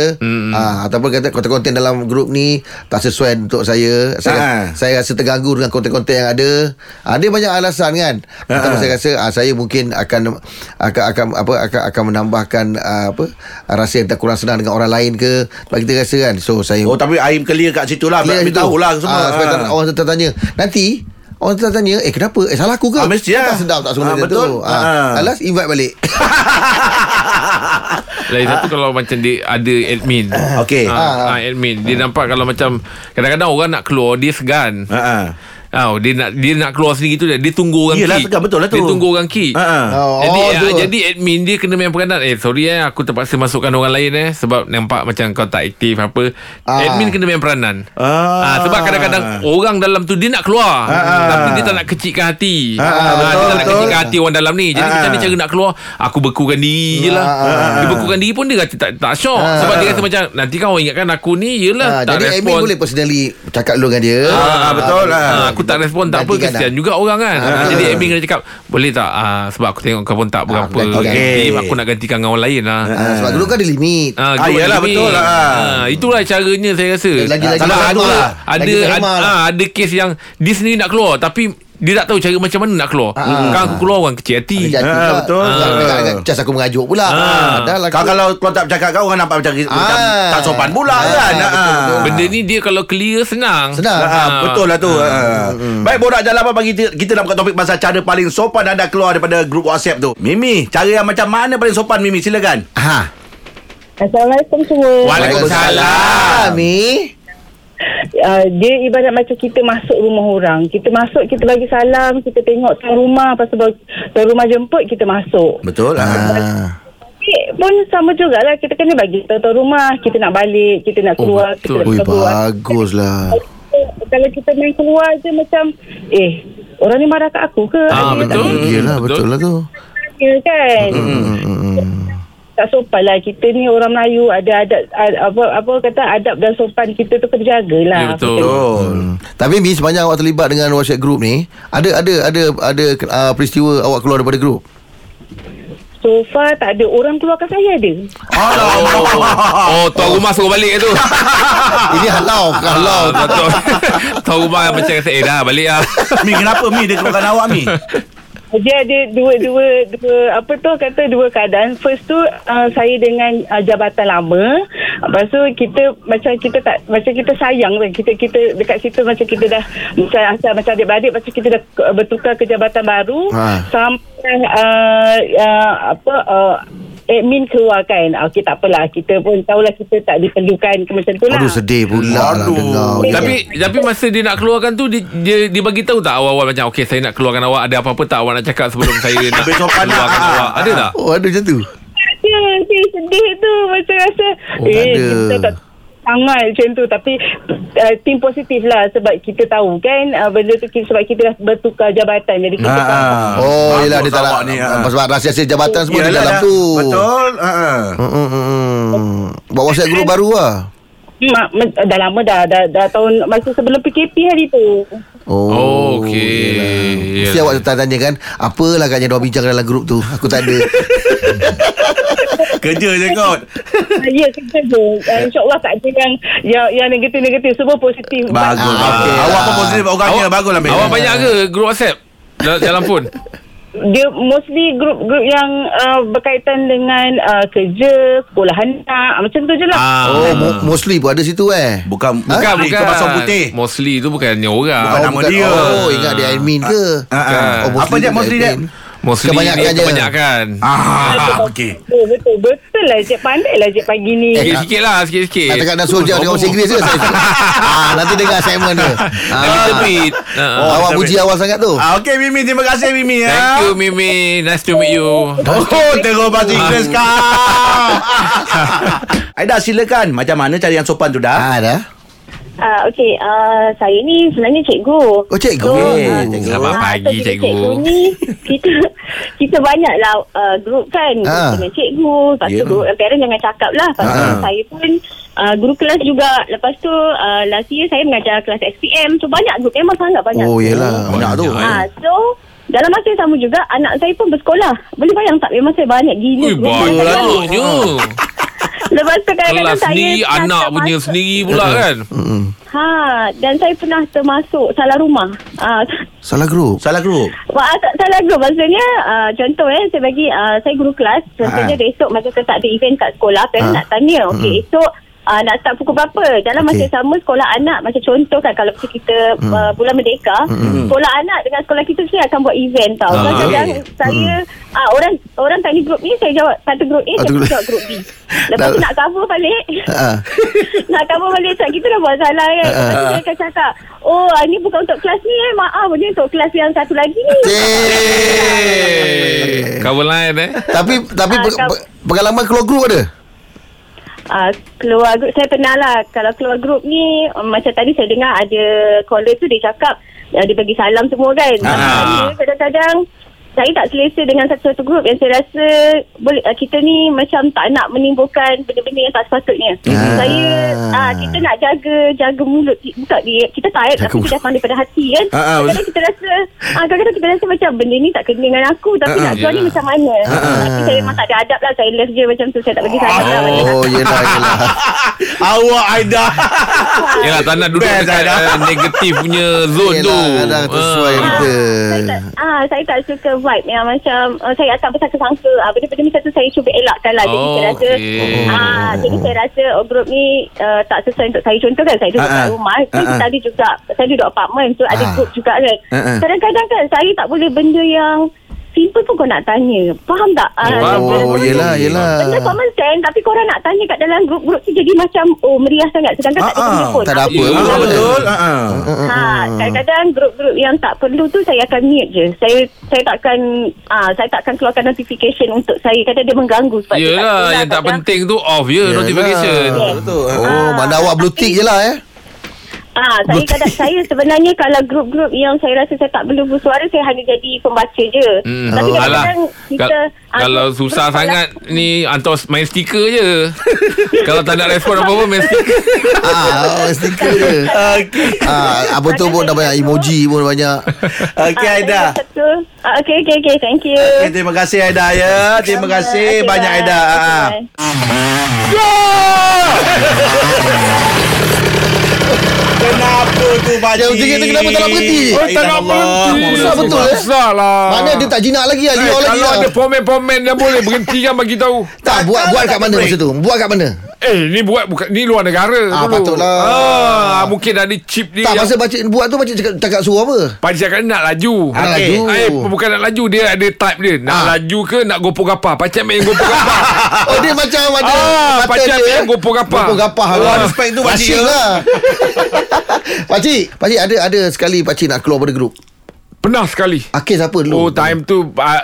Speaker 4: Ah, ataupun kata konten-konten dalam grup ni tak sesuai untuk saya. Saya,
Speaker 3: Ah.
Speaker 4: saya rasa terganggu dengan konten-konten yang ada. Ah, dia banyak alasan kan.
Speaker 3: Ah.
Speaker 4: Ataupun saya rasa ah, saya mungkin akan akan akan apa akan akan menambahkan ah, apa rasa yang tak kurang senang dengan orang lain ke. Sebab kita rasa kan. So saya
Speaker 3: Oh tapi Im clear kat situ lah. Clear
Speaker 4: Clear
Speaker 3: tahu lah
Speaker 4: gitu.
Speaker 3: semua.
Speaker 4: Ah, sebab
Speaker 3: Ah.
Speaker 4: tak nak orang tertanya. Nanti Orang tertanya Eh kenapa Eh salah aku ke
Speaker 3: Ah, mesti lah.
Speaker 4: Tak sedap tak
Speaker 3: Ah,
Speaker 4: semua macam
Speaker 3: betul.
Speaker 4: tu ah,
Speaker 3: Ah.
Speaker 4: Alas invite balik
Speaker 5: Lain satu kalau macam dia ada admin.
Speaker 3: Ah. Okey.
Speaker 5: Ah, ah, admin. Dia nampak kalau macam kadang-kadang orang nak keluar dia segan.
Speaker 3: Ha ah.
Speaker 5: Oh, dia nak dia nak keluar sendiri gitu dia, dia tunggu orang
Speaker 3: Yelah,
Speaker 5: key.
Speaker 3: segan betul lah tu.
Speaker 5: Dia tunggu orang key.
Speaker 3: Ha ah.
Speaker 4: Oh,
Speaker 5: jadi
Speaker 4: oh,
Speaker 5: ah,
Speaker 4: tu.
Speaker 5: jadi admin dia kena main peranan eh sorry eh aku terpaksa masukkan orang lain eh sebab nampak macam kau tak aktif apa.
Speaker 4: Ah.
Speaker 5: Admin kena main peranan.
Speaker 3: Ah.
Speaker 5: Ah, sebab kadang-kadang orang dalam tu dia nak keluar
Speaker 4: Ah,
Speaker 5: tapi dia tak nak kecikkan hati. Ah, dia tak nak
Speaker 4: betul. Ah,
Speaker 5: kecikkan hati orang dalam ni. Jadi macam ni cara nak keluar aku bekukan diri je lah. Dia bekukan diri pun dia rasa tak tak syok sebab dia rasa macam nanti kan orang ingatkan aku ni
Speaker 4: ah,
Speaker 5: yelah Lah, tak
Speaker 4: Jadi
Speaker 5: respon.
Speaker 4: admin boleh personally Cakap dulu dengan dia
Speaker 3: Ah, betul lah.
Speaker 5: Ah, aku tak respon tak apa
Speaker 4: Gantikan
Speaker 5: kesian
Speaker 4: lah.
Speaker 5: juga orang kan.
Speaker 4: Ah,
Speaker 5: Ah, jadi
Speaker 4: betul.
Speaker 5: admin kena cakap boleh tak ah, sebab aku tengok kau pun tak berapa.
Speaker 4: gantikan.
Speaker 5: Aktif, aku nak gantikan dengan orang lain lah.
Speaker 4: ah, Sebab dulu kan ada limit
Speaker 5: Ah,
Speaker 3: Ah,
Speaker 5: group
Speaker 3: yelah,
Speaker 5: admin.
Speaker 3: betul lah.
Speaker 5: Ah, itulah caranya saya rasa.
Speaker 4: Lagi- lagi
Speaker 5: Sebab
Speaker 4: satu
Speaker 5: ada,
Speaker 4: lah.
Speaker 5: ada
Speaker 4: Lagi
Speaker 5: ada,
Speaker 4: terhemah lah.
Speaker 5: ah, ada kes yang dia sendiri nak keluar tapi dia tak tahu cara macam mana nak keluar.
Speaker 4: Ah.
Speaker 5: Kan aku keluar orang kecil hati.
Speaker 3: Ah,
Speaker 4: Jadi pula.
Speaker 3: betul.
Speaker 4: Ah, agak- agak Cas aku mengajuk pula ah, Dah lah
Speaker 3: Kau kalau kau tak bercakap kau orang nampak macam, macam tak sopan pula kan.
Speaker 4: betul,
Speaker 3: Ah.
Speaker 4: betul.
Speaker 5: Benda ni dia kalau clear senang. Ah,
Speaker 4: Senang.
Speaker 3: Ha, ha, betul lah tu. Ha.
Speaker 4: Hmm.
Speaker 3: Baik borak jalan apa bagi kita, kita nak buka topik pasal cara paling sopan anda keluar daripada grup WhatsApp tu. Mimi, cara yang macam mana paling sopan Mimi? Silakan.
Speaker 4: Ha
Speaker 8: Assalamualaikum semua.
Speaker 5: Waalaikumsalam.
Speaker 4: Mi
Speaker 8: Uh, dia ibarat macam kita masuk rumah orang. Kita masuk, kita bagi salam, kita tengok tuan rumah, lepas tu baru- tuan rumah jemput, kita masuk.
Speaker 3: Betul. Ha.
Speaker 4: ah.
Speaker 8: Tapi pun sama jugalah, kita kena bagi tahu tuan rumah, kita nak balik, kita nak
Speaker 5: Oh,
Speaker 8: keluar.
Speaker 5: betul.
Speaker 8: kita
Speaker 4: Ui
Speaker 8: nak keluar.
Speaker 4: bagus lah
Speaker 8: Kalau kita main keluar je macam, eh, orang ni marah kat aku ke?
Speaker 5: Ah, betul. Mm,
Speaker 4: Yelah betul lah tu
Speaker 8: Ya kan?
Speaker 4: Hmm, hmm.
Speaker 8: tak sopan lah kita ni orang Melayu ada adab ad- apa apa kata adab dan sopan kita tu kena jagalah.
Speaker 5: Ya, betul.
Speaker 3: Betul.
Speaker 4: Hmm. Tapi Mi sepanjang awak terlibat dengan WhatsApp group ni, ada ada ada ada uh, peristiwa awak keluar daripada group.
Speaker 8: So far tak ada orang keluarkan saya ada.
Speaker 5: Oh, oh tuan rumah suruh balik tu.
Speaker 4: Ini halau, halau.
Speaker 5: Kalau tuan tuan tuan rumah macam kata eh dah balik lah.
Speaker 3: Mi kenapa Mi dia keluarkan awak Mi?
Speaker 8: Dia ada dua dua dua apa tu kata dua keadaan. First tu uh, saya dengan uh, jabatan lama. Lepas tu kita macam kita tak macam kita sayang kan. Kita kita dekat situ macam kita dah macam macam, macam adik-beradik macam kita dah uh, bertukar ke jabatan baru
Speaker 4: Ha.
Speaker 8: sampai uh, uh, apa uh, admin keluarkan. Ah, Okey tak apalah kita pun tahulah kita tak diperlukan ke macam tu lah.
Speaker 4: Aduh sedih pula lah
Speaker 3: Aduh.
Speaker 4: dengar.
Speaker 3: Oh,
Speaker 5: tapi tapi masa dia nak keluarkan tu dia dia, dia bagi tahu tak awal-awal macam okey saya nak keluarkan awak ada apa-apa tak awak nak cakap sebelum saya nak
Speaker 3: Habis sopan lah.
Speaker 5: keluarkan awak. Ada tak?
Speaker 4: oh ada macam tu.
Speaker 8: Ya, saya sedih tu macam rasa
Speaker 4: Oh,
Speaker 8: oh,
Speaker 4: tak
Speaker 8: eh
Speaker 4: ada.
Speaker 8: kita tak sangat macam tu tapi uh, tim positif lah sebab kita tahu kan uh, benda tu ki- sebab kita dah bertukar jabatan jadi kita
Speaker 3: Ha.
Speaker 8: faham.
Speaker 4: Ah, Oh
Speaker 3: Bagus
Speaker 4: yelah dia tak
Speaker 3: awak
Speaker 4: nak
Speaker 3: ni,
Speaker 4: ni,
Speaker 3: ha.
Speaker 4: sebab rahsia-rahsia jabatan semua di
Speaker 3: Yelah,
Speaker 4: dalam
Speaker 3: dah.
Speaker 4: tu.
Speaker 3: Betul. Ha.
Speaker 4: Hmm, hmm, hmm, hmm. Buat WhatsApp group baru lah.
Speaker 8: Mak, me- dah lama dah, dah dah tahun masa sebelum PKP hari tu
Speaker 5: Oh, okey.
Speaker 4: yelah. Mesti
Speaker 5: Yelah.
Speaker 4: awak tak tanya kan Apalah agaknya Diorang bincang dalam grup tu Aku tak ada
Speaker 3: Kerja je kot.
Speaker 8: Ah, ya kita tu uh, insyaAllah tak ada yang yang, yang negatif-negatif semua positif
Speaker 3: Bagus.
Speaker 4: Ah,
Speaker 3: bagus.
Speaker 4: okey.
Speaker 3: Awak pun positif orangnya
Speaker 5: Awak-
Speaker 3: bagus lah Mi.
Speaker 5: Awak banyak ke grup WhatsApp? Dalam, dalam phone
Speaker 8: dia mostly grup-grup yang uh, berkaitan dengan uh, kerja sekolah anak macam tu je lah
Speaker 5: Ah.
Speaker 4: Oh mo- mostly pun ada situ eh
Speaker 3: Bukan bukan
Speaker 5: Bukan
Speaker 3: ha?
Speaker 5: bukan
Speaker 3: pasal putih.
Speaker 5: Mostly tu bukannya orang
Speaker 3: Bukan nama dia.
Speaker 4: Oh ingat dia admin ke
Speaker 3: Ha, ha.
Speaker 4: Oh, mostly
Speaker 3: Apa dia
Speaker 4: dia
Speaker 3: mostly dia?
Speaker 4: admin.
Speaker 5: Mostly
Speaker 4: Kebanyakan
Speaker 5: dia
Speaker 4: je.
Speaker 5: kebanyakan
Speaker 3: Ah, okey.
Speaker 8: Oh,
Speaker 9: Betul, betul, betul lah Cik pandai lah Cik pagi ni
Speaker 4: Eh.
Speaker 5: Sikit-sikit lah Sikit-sikit
Speaker 4: Tak cakap dah suruh jawab dengan bahasa Inggeris ke saya? Ah, nanti dengar assignment dia.
Speaker 5: Tapi
Speaker 4: Ah.
Speaker 5: terbit
Speaker 4: Oh,
Speaker 5: Ah.
Speaker 4: awak
Speaker 3: terbit.
Speaker 4: puji awal sangat tu.
Speaker 3: Ah, okey Mimi, terima kasih Mimi ya.
Speaker 5: Thank you Mimi Nice to meet you
Speaker 3: Oh, teror bahasa Inggeris kau. Aida, silakan. Macam mana cari yang sopan tu dah?
Speaker 4: Ah, dah.
Speaker 8: Ah, okey, ah, saya ni sebenarnya cikgu.
Speaker 4: Oh, cikgu.
Speaker 3: Okey,
Speaker 8: ah,
Speaker 3: cikgu.
Speaker 5: Selamat
Speaker 8: ah,
Speaker 5: pagi,
Speaker 8: jadi
Speaker 5: cikgu.
Speaker 8: Cikgu ni kita kita banyaklah uh, grup kan
Speaker 4: Ah.
Speaker 8: ah. dengan cikgu, lepas tu
Speaker 3: Yeah.
Speaker 8: grup parent jangan cakap lah. Lepas tu
Speaker 4: Ah.
Speaker 8: saya pun uh, guru kelas juga. Lepas tu uh, last year saya mengajar kelas SPM. So banyak grup memang sangat banyak.
Speaker 4: Oh,
Speaker 8: grup.
Speaker 4: yelah.
Speaker 3: Banyak tu.
Speaker 8: Ah, so dalam masa yang sama juga anak saya pun bersekolah. Boleh bayang tak memang saya banyak gila.
Speaker 5: Ui lah.
Speaker 8: grup saya banyak.
Speaker 5: banyaknya
Speaker 8: Lepas tu kadang-kadang
Speaker 5: Kelas
Speaker 8: saya
Speaker 5: sendiri
Speaker 8: pernah
Speaker 5: Anak punya
Speaker 8: termasuk-
Speaker 5: sendiri pula kan
Speaker 8: Ha, dan saya pernah termasuk salah rumah. Ah,
Speaker 4: Salah grup.
Speaker 3: Salah grup.
Speaker 8: Wah, tak salah grup maksudnya uh, contoh eh saya bagi uh, saya guru kelas contohnya
Speaker 3: Ha.
Speaker 8: ha. esok masa kita tak ada event kat sekolah parent
Speaker 4: Ha.
Speaker 8: ha. nak tanya okey
Speaker 4: Mm-mm.
Speaker 8: esok uh, nak start pukul berapa dalam masa
Speaker 4: Okey.
Speaker 8: yang sama sekolah anak macam contoh kan kalau macam kita
Speaker 4: Mm.
Speaker 8: uh, bulan merdeka
Speaker 4: Mm-mm.
Speaker 8: sekolah anak dengan sekolah kita mesti akan buat event tau
Speaker 5: Ah,
Speaker 8: so kadang
Speaker 4: okey.
Speaker 8: saya uh, orang orang tanya grup ni saya jawab satu grup A
Speaker 4: Satu
Speaker 8: saya
Speaker 4: grup-
Speaker 8: jawab grup B lepas tu
Speaker 4: Dah-
Speaker 8: nak cover balik
Speaker 4: Ah.
Speaker 8: nak cover balik tak kita dah buat salah kan
Speaker 4: Ha, ha.
Speaker 8: uh, dia akan cakap oh ah, ni bukan untuk kelas ni eh maaf ni untuk kelas yang satu lagi ni
Speaker 5: Eh, Cover line eh
Speaker 4: Tapi tapi
Speaker 8: Ah,
Speaker 4: pe-
Speaker 8: kau-
Speaker 4: pe- pengalaman keluar grup ada?
Speaker 8: uh, keluar grup saya pernah lah kalau keluar grup ni um, macam tadi saya dengar ada caller tu dia cakap uh, dia bagi salam semua kan
Speaker 5: Ah.
Speaker 8: Saya kadang-kadang saya tak selesa dengan satu-satu grup yang saya rasa boleh, uh, kita ni macam tak nak menimbulkan benda-benda yang tak sepatutnya.
Speaker 4: Ah.
Speaker 8: Saya uh, kita nak jaga jaga mulut bukan dia kita taat
Speaker 4: Jaga
Speaker 8: tapi
Speaker 4: mulut.
Speaker 8: kita datang daripada hati kan.
Speaker 3: Ah, ah,
Speaker 8: kadang-kadang kita rasa ah, kadang-kadang kita rasa macam benda ni tak kena dengan aku tapi
Speaker 5: Ah, ah,
Speaker 8: nak keluar ni
Speaker 5: yelah.
Speaker 8: macam mana. Tapi saya memang tak ada adab lah saya left je macam tu saya tak bagi salam lah. macam
Speaker 4: Oh, yelah yelah.
Speaker 3: Awak Aida.
Speaker 5: Yalah tak nak duduk
Speaker 3: Best,
Speaker 5: dekat
Speaker 3: Aida.
Speaker 5: uh, Negatif punya zone tu
Speaker 4: Yelah, kadang tersuai
Speaker 5: Ah.
Speaker 4: kita.
Speaker 8: saya tak, ah, saya tak suka vibe yang macam uh, saya tak bersangka-sangka. Ah, benda-benda macam tu saya cuba elakkan lah. Jadi
Speaker 5: Oh,
Speaker 8: saya rasa
Speaker 5: okey.
Speaker 8: ah, jadi saya rasa oh, grup ni uh, tak sesuai untuk saya. Contoh kan saya duduk
Speaker 3: Ah,
Speaker 8: kat
Speaker 3: ah.
Speaker 8: rumah. Saya
Speaker 3: Ah, ah.
Speaker 8: tadi juga saya duduk apartment. So ada
Speaker 4: Ah.
Speaker 8: grup juga kan.
Speaker 3: Ah, ah.
Speaker 8: Kadang-kadang kan saya tak boleh benda yang simple pun kau nak tanya. Faham tak? Ah,
Speaker 5: faham,
Speaker 8: benda-
Speaker 4: Oh, yelah yelah.
Speaker 8: Benda common sense Tapi korang nak tanya kat dalam grup-grup tu Jadi macam Oh meriah sangat Sedangkan tak
Speaker 3: Ah,
Speaker 8: ada
Speaker 3: ah,
Speaker 8: benda pun
Speaker 4: tak ada apa
Speaker 5: Ah,
Speaker 4: pun.
Speaker 3: betul. Ha ah.
Speaker 8: Ha, kadang-kadang grup-grup yang tak perlu tu saya akan mute je. Saya saya takkan ah saya takkan keluarkan notification untuk saya kadang dia mengganggu sebab dia
Speaker 5: Yelah
Speaker 8: tahu lah
Speaker 5: Yang tak
Speaker 8: kadang-
Speaker 5: penting tu Off je
Speaker 4: Yelah.
Speaker 5: Notification
Speaker 3: Betul.
Speaker 4: Oh, mana awak blue tick je lah eh.
Speaker 8: Ah, saya kadang saya sebenarnya kalau grup-grup yang saya rasa saya tak perlu bersuara saya hanya jadi pembaca je.
Speaker 5: Hmm.
Speaker 8: Tapi
Speaker 5: Oh.
Speaker 8: kadang-kadang
Speaker 5: Alah,
Speaker 8: kita lah.
Speaker 5: kal-
Speaker 8: ah,
Speaker 5: Kalau
Speaker 8: grup-
Speaker 5: susah
Speaker 8: grup-
Speaker 5: sangat Ni hantar main stiker je Kalau tak nak respon apa-apa Main stiker
Speaker 4: Ah, oh, stiker je.
Speaker 3: Okey.
Speaker 4: Ah, apa tu pun dah banyak emoji pun banyak.
Speaker 3: Okey
Speaker 8: Ah,
Speaker 3: Aida.
Speaker 8: saya rasa tu- Ah, okey okey okey thank you.
Speaker 3: Okay, terima kasih Aida ya. Terima kasih
Speaker 8: Okey,
Speaker 3: banyak
Speaker 8: bye.
Speaker 3: Aida.
Speaker 8: Okey,
Speaker 3: Ah.
Speaker 8: bye.
Speaker 3: Kenapa tu Pakcik?
Speaker 4: Jauh sikit tu kenapa tak nak berhenti?
Speaker 3: Oh, tak nak berhenti.
Speaker 4: Susah betul eh.
Speaker 5: Susah lah
Speaker 4: Mana dia tak jinak lagi lah Liar lagi lah
Speaker 5: Eh, pomen-pomen Yang boleh berhenti Yang bagi tahu
Speaker 4: Tak buat buat kat mana masa tu Buat kat mana
Speaker 5: Eh ni buat bukan Ni luar negara
Speaker 4: Ah,
Speaker 5: dulu.
Speaker 4: patutlah.
Speaker 5: ah, Mungkin ada chip dia
Speaker 4: Tak
Speaker 5: yang-
Speaker 4: masa baca buat tu Baca cakap, cakap suruh apa
Speaker 5: Pakcik cakap nak laju
Speaker 4: Nak
Speaker 3: Okey.
Speaker 4: laju
Speaker 5: Eh bukan nak laju Dia ada type dia Nak
Speaker 4: Ah.
Speaker 5: laju ke Nak gopo gapah Pakcik main gopo gapah
Speaker 4: Oh dia macam ada
Speaker 5: Ah,
Speaker 4: mata
Speaker 5: pakcik
Speaker 4: dia,
Speaker 5: yang gopor gapah. Ah.
Speaker 4: Gopor gapah
Speaker 3: Wah,
Speaker 4: lah.
Speaker 3: respect tu pakcik
Speaker 4: Asyik
Speaker 3: ya.
Speaker 4: lah Pakcik Pakcik ada ada sekali Pakcik nak keluar pada grup
Speaker 5: Pernah sekali
Speaker 4: Akis apa dulu
Speaker 5: Oh time tu uh,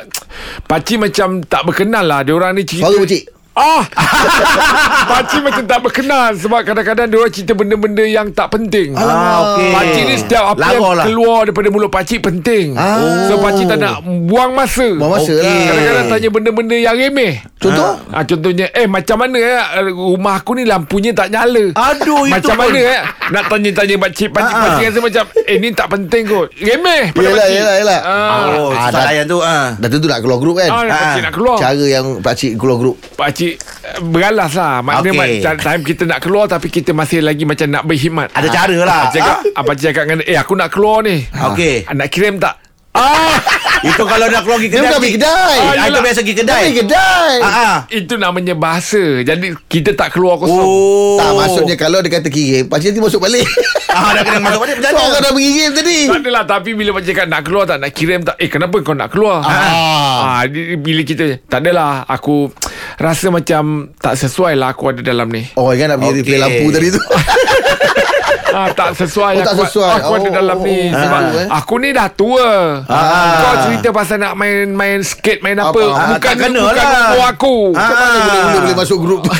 Speaker 5: Pakcik macam tak berkenal lah Diorang ni cerita
Speaker 4: Suara pakcik
Speaker 5: Ah Pakcik macam tak berkenal Sebab kadang-kadang Diorang cerita benda-benda yang tak penting
Speaker 3: Ah, okey.
Speaker 5: Pakcik ni setiap
Speaker 3: Lawa
Speaker 5: apa yang lah.
Speaker 3: lah.
Speaker 5: keluar daripada mulut pakcik penting
Speaker 4: Ah.
Speaker 5: So pakcik tak nak buang masa
Speaker 4: Buang masa
Speaker 3: Okey.
Speaker 4: lah
Speaker 5: Kadang-kadang tanya benda-benda yang remeh
Speaker 4: Contoh
Speaker 5: Ah, contohnya eh macam mana eh rumah aku ni lampunya tak nyala.
Speaker 3: Aduh, itu
Speaker 5: macam
Speaker 3: pun.
Speaker 5: mana eh nak tanya-tanya pakcik
Speaker 3: Ah,
Speaker 5: pakcik
Speaker 3: ah.
Speaker 5: pakcik rasa macam eh ni tak penting kot. Remeh pada
Speaker 4: Yelah
Speaker 5: pakcik.
Speaker 4: yelah yelah
Speaker 5: Ah.
Speaker 3: Oh,
Speaker 4: Ah,
Speaker 3: susah
Speaker 4: dah-
Speaker 3: layan tu ah.
Speaker 4: Dah tentu nak keluar grup kan
Speaker 5: Ah, pakcik
Speaker 3: Ah.
Speaker 5: nak keluar.
Speaker 4: Cara yang pakcik keluar grup
Speaker 5: Pakcik eh, beralas lah. Maknanya
Speaker 3: Okey.
Speaker 5: okay. macam time kita nak keluar tapi kita masih lagi macam nak berkhidmat.
Speaker 3: Ada cara lah.
Speaker 5: Pakcik cakap, ah. pakcik cakap dengan dia, eh aku nak keluar ni.
Speaker 3: Okey.
Speaker 5: Ah, Nak kirim tak? Ah.
Speaker 3: Itu kalau nak keluar pergi
Speaker 4: Dia
Speaker 3: kedai.
Speaker 4: bukan pergi kedai.
Speaker 3: Ah,
Speaker 5: Ah,
Speaker 3: itu
Speaker 5: yelah.
Speaker 3: biasa pergi kedai.
Speaker 4: Kedai Kedai
Speaker 3: Ah, ah.
Speaker 5: Itu namanya bahasa. Jadi kita tak keluar kosong.
Speaker 3: Oh.
Speaker 4: Tak maksudnya Kalau dia kata kirim Pakcik nanti masuk balik
Speaker 3: Ah, dah kena masuk balik macam
Speaker 4: So
Speaker 3: mana?
Speaker 4: orang dah mengirim tadi
Speaker 5: Tak adalah Tapi bila pakcik cakap Nak keluar tak Nak kirim tak Eh kenapa kau nak keluar ah. ah di- Bila kita Tak adalah Aku Rasa macam Tak sesuai lah Aku ada dalam ni
Speaker 4: Oh ingat nak pergi
Speaker 3: Okey.
Speaker 4: replay lampu tadi tu
Speaker 5: ah, Tak
Speaker 4: Oh,
Speaker 5: sesuai
Speaker 4: tak
Speaker 5: aku,
Speaker 4: sesuai.
Speaker 5: Aku ada
Speaker 4: Oh,
Speaker 5: dalam
Speaker 4: oh,
Speaker 5: ni
Speaker 4: oh,
Speaker 5: Sebab
Speaker 4: oh, eh.
Speaker 5: Aku ni dah tua ah. Kau cerita pasal nak main Main skate Main apa
Speaker 4: Apa?
Speaker 5: ah,
Speaker 4: Ah,
Speaker 5: Bukan
Speaker 3: tak kena
Speaker 5: Bukan
Speaker 3: lah.
Speaker 5: umur aku
Speaker 4: Macam mana boleh, boleh, boleh masuk grup tu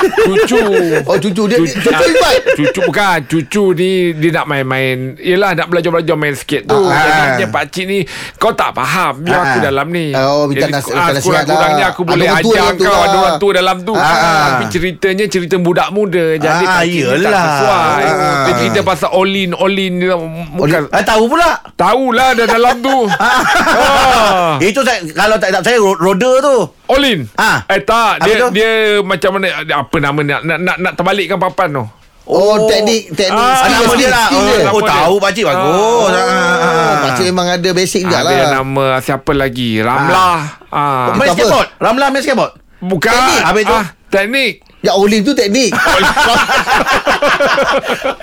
Speaker 5: Cucu
Speaker 4: Oh cucu dia
Speaker 5: Cucu-
Speaker 4: Cucu invite
Speaker 5: Cucu bukan Cucu ni Dia nak main-main Yelah nak belajar-belajar Main sikit tu
Speaker 4: Ah.
Speaker 5: Jadinya pakcik ni Kau tak faham Biar aku
Speaker 3: Ah.
Speaker 5: dalam ni
Speaker 4: Oh, minta
Speaker 5: Jadi,
Speaker 4: nas-
Speaker 5: ah,
Speaker 4: minta nasihat
Speaker 5: Kurang-kurangnya
Speaker 4: lah.
Speaker 5: aku
Speaker 4: Ada
Speaker 5: boleh
Speaker 4: orang tua
Speaker 5: ajar
Speaker 4: dalam tu
Speaker 5: kau
Speaker 4: lah.
Speaker 5: Ada orang tua dalam tu
Speaker 3: Ah.
Speaker 5: Tapi ceritanya Cerita budak muda Jadi
Speaker 3: Ah,
Speaker 5: pakcik ni tak
Speaker 3: yelah.
Speaker 5: sesuai
Speaker 3: Ah.
Speaker 5: Dia cerita pasal Olin Olin dia
Speaker 4: Oh,
Speaker 5: Bukan
Speaker 3: Ah, tahu pula.
Speaker 5: Tahulah dah dalam tu Ah.
Speaker 3: Itu Eh, saya, kalau tak tak saya ro- roda tu.
Speaker 5: Olin
Speaker 3: Ah.
Speaker 5: Eh tak
Speaker 3: Apa
Speaker 5: dia,
Speaker 3: tu?
Speaker 5: dia macam mana Apa nama nak, nak, nak, nak terbalikkan papan tu
Speaker 4: Oh teknik Teknik
Speaker 3: Ah,
Speaker 5: Ah,
Speaker 4: skill,
Speaker 3: nama
Speaker 4: skill,
Speaker 3: dia lah.
Speaker 4: skill
Speaker 3: Oh,
Speaker 4: dia.
Speaker 3: oh, tahu pakcik bagus. Ah,
Speaker 4: Oh,
Speaker 3: ah, ah.
Speaker 4: Pakcik memang ada basic juga
Speaker 5: Ada
Speaker 4: lah
Speaker 5: nama siapa lagi? Ramlah. Ah.
Speaker 4: Itu
Speaker 3: Main
Speaker 4: apa?
Speaker 3: skateboard. Ramlah main skateboard.
Speaker 5: Bukan.
Speaker 3: Teknik. Habis tu?
Speaker 5: Ah, teknik.
Speaker 4: Ya Olin tu teknik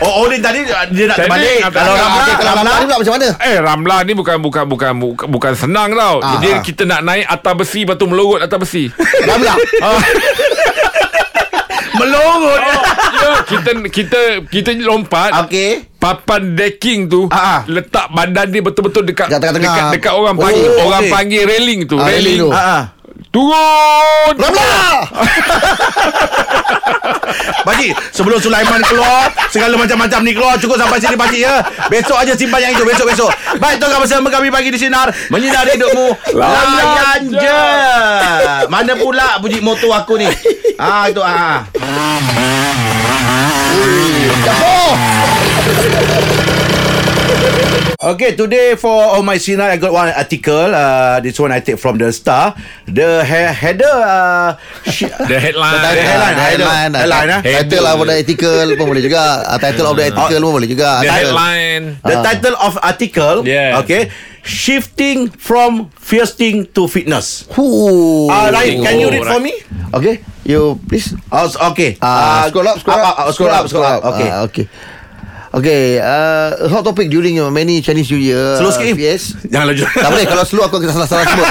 Speaker 3: Oh, Olin tadi ah, dia nak
Speaker 5: Teknik,
Speaker 3: terbalik.
Speaker 5: ah,
Speaker 3: Kalau
Speaker 5: ah,
Speaker 3: Ramlah,
Speaker 5: ah,
Speaker 3: Ramlah
Speaker 4: Kalau Ramlah ni pula macam mana
Speaker 5: Eh Ramlah ni bukan bukan bukan bukan, bukan senang tau.
Speaker 4: Ah,
Speaker 5: Dia
Speaker 4: ah.
Speaker 5: kita nak naik atas besi lepas tu melorot atas besi.
Speaker 4: Ramlah
Speaker 3: melorot.
Speaker 5: ya, kita kita kita lompat.
Speaker 4: Okey
Speaker 5: Papan decking tu
Speaker 4: Ah, ah.
Speaker 5: letak badan dia betul-betul dekat
Speaker 4: Dekat tengah-tengah.
Speaker 5: dekat, dekat orang
Speaker 4: Oh,
Speaker 5: panggil
Speaker 3: okey.
Speaker 5: orang panggil railing tu,
Speaker 4: Ah,
Speaker 5: railing.
Speaker 4: railing tu.
Speaker 3: Ah, ah.
Speaker 5: Turun.
Speaker 4: Ramlah
Speaker 3: Pakcik, sebelum Sulaiman keluar, segala macam-macam ni keluar, cukup sampai sini pakcik ya. Besok aja simpan yang itu, besok-besok. Baik, tuan bersama kami pagi di Sinar. Menyinari hidupmu. Layan je. Mana pula bunyi motor aku ni? Ah, itu ah. Okay, today for on my Sinar, I got one article. Uh, this one I take from the Star. The he- header. Uh, shi-
Speaker 5: The Eh, headline.
Speaker 3: The Ah, headline.
Speaker 4: Headline
Speaker 3: Headline,
Speaker 4: Headline
Speaker 3: ah.
Speaker 4: Title of the ethical pun boleh juga Ah, Title of the ethical pun boleh juga Ah,
Speaker 5: The
Speaker 4: Article.
Speaker 5: headline.
Speaker 3: The title of article,
Speaker 5: Yeah.
Speaker 3: okay, shifting from feasting to fitness.
Speaker 4: Huh.
Speaker 5: Oh.
Speaker 3: Ah, right. Can you read for me?
Speaker 4: Okay You please
Speaker 3: Oh, s- okay.
Speaker 4: Ah, scroll up, scroll up,
Speaker 3: ah, ah, scroll up, scroll up. Okay.
Speaker 4: Ah, okay. Okay, uh, hot topic during uh, many Chinese New Year. uh,
Speaker 3: Slow sikit, Im.
Speaker 4: Yes.
Speaker 3: Jangan laju.
Speaker 4: tak boleh kalau slow aku akan salah-salah sebut.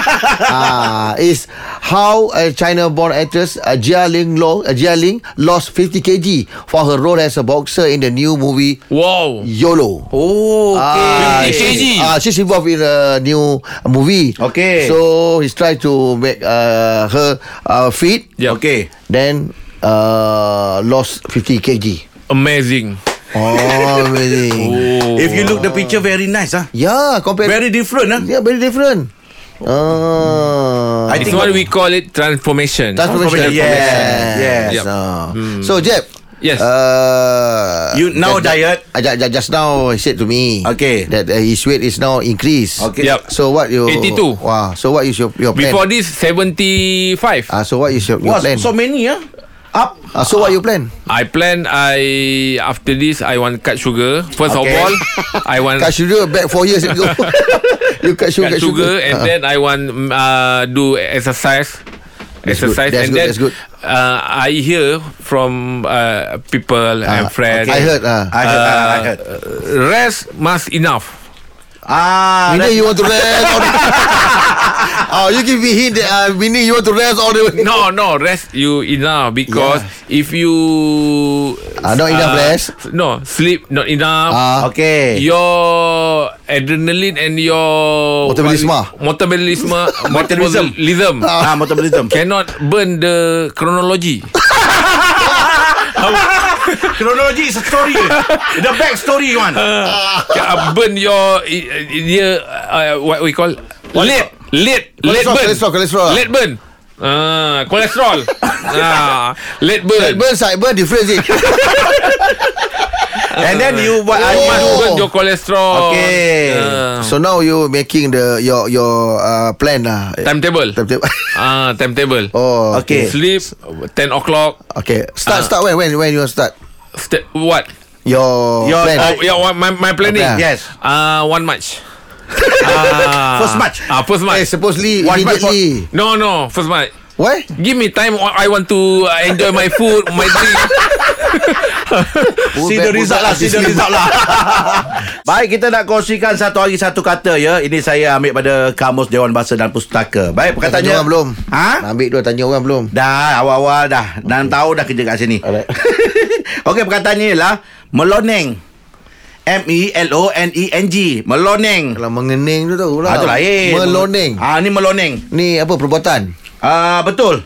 Speaker 4: Ah, is how a China-born actress uh, Jia Ling Lo, uh, Jia Ling lost 50 kg for her role as a boxer in the new movie
Speaker 5: Wow.
Speaker 4: YOLO.
Speaker 3: Oh,
Speaker 4: Ah,
Speaker 3: okay.
Speaker 5: 50 kg.
Speaker 4: she- Ah, she's involved in a new movie.
Speaker 3: Okay.
Speaker 4: So he's trying to make uh, her uh, fit.
Speaker 5: Yeah.
Speaker 3: Okay.
Speaker 4: Then uh, lost 50 kg.
Speaker 5: Amazing.
Speaker 4: Oh, amazing.
Speaker 3: If you look the picture, very nice, ah.
Speaker 4: Yeah, compared.
Speaker 3: Very different, ah.
Speaker 4: yeah, very different. Oh.
Speaker 3: I
Speaker 5: This
Speaker 3: think-
Speaker 5: one we call it transformation.
Speaker 4: Transformation.
Speaker 3: Transformation.
Speaker 4: Yes.
Speaker 5: Yes.
Speaker 4: Ah. So, Jeb.
Speaker 5: Yes.
Speaker 4: Uh,
Speaker 3: You now
Speaker 4: ju- ju-
Speaker 3: diet?
Speaker 4: Uh, ju- ju- just now he said to me.
Speaker 3: Okay.
Speaker 4: That uh, his weight is now increased.
Speaker 3: Okay.
Speaker 5: Yup.
Speaker 4: So what you?
Speaker 5: 82.
Speaker 4: Wow. So what is your your plan?
Speaker 5: Before this 75.
Speaker 4: Ah, so what is your, your
Speaker 3: Wow,
Speaker 4: plan?
Speaker 3: so many, ah. Up.
Speaker 4: Ah, so what you plan?
Speaker 5: I plan I after this I want cut sugar. First
Speaker 3: Okay.
Speaker 5: of all, I want
Speaker 4: Cut sugar back four years ago. you cut sugar.
Speaker 5: Uh, cut sugar,
Speaker 4: Ah.
Speaker 5: and then I want mm, uh, do exercise.
Speaker 4: That's good.
Speaker 5: exercise
Speaker 4: That's
Speaker 5: and
Speaker 4: good,
Speaker 5: then
Speaker 4: that's good.
Speaker 5: Uh, I hear from uh, people
Speaker 4: Ah,
Speaker 5: and friends. uh,
Speaker 4: I heard. Ah.
Speaker 3: I heard, ah, I heard.
Speaker 5: Rest must enough.
Speaker 3: Ah,
Speaker 4: Meaning
Speaker 3: that-
Speaker 4: you want to rest all the Oh, you give me hint that uh, meaning you want to rest all the way.
Speaker 5: No, no, rest you enough because if you
Speaker 4: Ah, not enough rest.
Speaker 5: No, sleep not enough.
Speaker 4: Ah,
Speaker 3: Okay.
Speaker 5: Your adrenaline and your
Speaker 4: Metabolism.
Speaker 5: metabolism,
Speaker 3: Metabolism.
Speaker 5: metabolism
Speaker 3: Ah, metabolism.
Speaker 5: cannot burn the chronology.
Speaker 3: Chronology is a story. The back story one.
Speaker 5: Cannot burn your dia uh, what we call lead lead lead
Speaker 4: Cholesterol,
Speaker 5: burn
Speaker 4: cholesterol, cholesterol.
Speaker 5: lead burn. Ah, kolesterol. ah, lead burn.
Speaker 4: Side burn, side burn, different thing.
Speaker 3: And then you what I
Speaker 5: You
Speaker 4: Oh.
Speaker 5: must
Speaker 3: want.
Speaker 5: burn your cholesterol.
Speaker 3: Oh, Okay.
Speaker 5: Ah,
Speaker 4: so now you making the your your uh, plan lah.
Speaker 5: timetable.
Speaker 4: Timetable.
Speaker 5: Ah, timetable.
Speaker 4: oh,
Speaker 3: Okay. Uh.
Speaker 5: Sleep 10 o'clock.
Speaker 4: okay. Start
Speaker 5: Ah.
Speaker 4: start when when when you want start
Speaker 5: Step, what?
Speaker 4: your,
Speaker 3: Your- uh,
Speaker 4: plan. Eh,
Speaker 5: Oh, yeah, what- my, my planning.
Speaker 4: Okay.
Speaker 3: Yes.
Speaker 5: Uh, 1 March. Ah.
Speaker 4: First match.
Speaker 5: Ah, first match.
Speaker 4: Eh, supposedly
Speaker 5: One match for-
Speaker 4: immediately.
Speaker 5: No, no, first match.
Speaker 4: Why?
Speaker 5: Give me time. I want to uh, enjoy my food, my drink.
Speaker 3: See the result lah See the result lah Baik kita nak kongsikan Satu hari satu kata ya Ini saya ambil pada Kamus Dewan Bahasa dan Pustaka Baik
Speaker 4: Kau tanya
Speaker 3: perkataannya
Speaker 4: orang belum?
Speaker 3: Ha?
Speaker 4: Nak ambil dua tanya orang belum?
Speaker 3: Dah awal-awal dah 6 tahun dah kerja kat sini
Speaker 4: Alright.
Speaker 3: Okey perkataannya ialah Meloneng E M-E-L-O-N-E-N-G Meloneng
Speaker 4: Kalau mengening tu tahu lah.
Speaker 3: Ah, tu lain
Speaker 4: Meloneng.
Speaker 3: Ah Ni meloneng
Speaker 4: Ha? Ni apa perbuatan?
Speaker 3: Ah betul.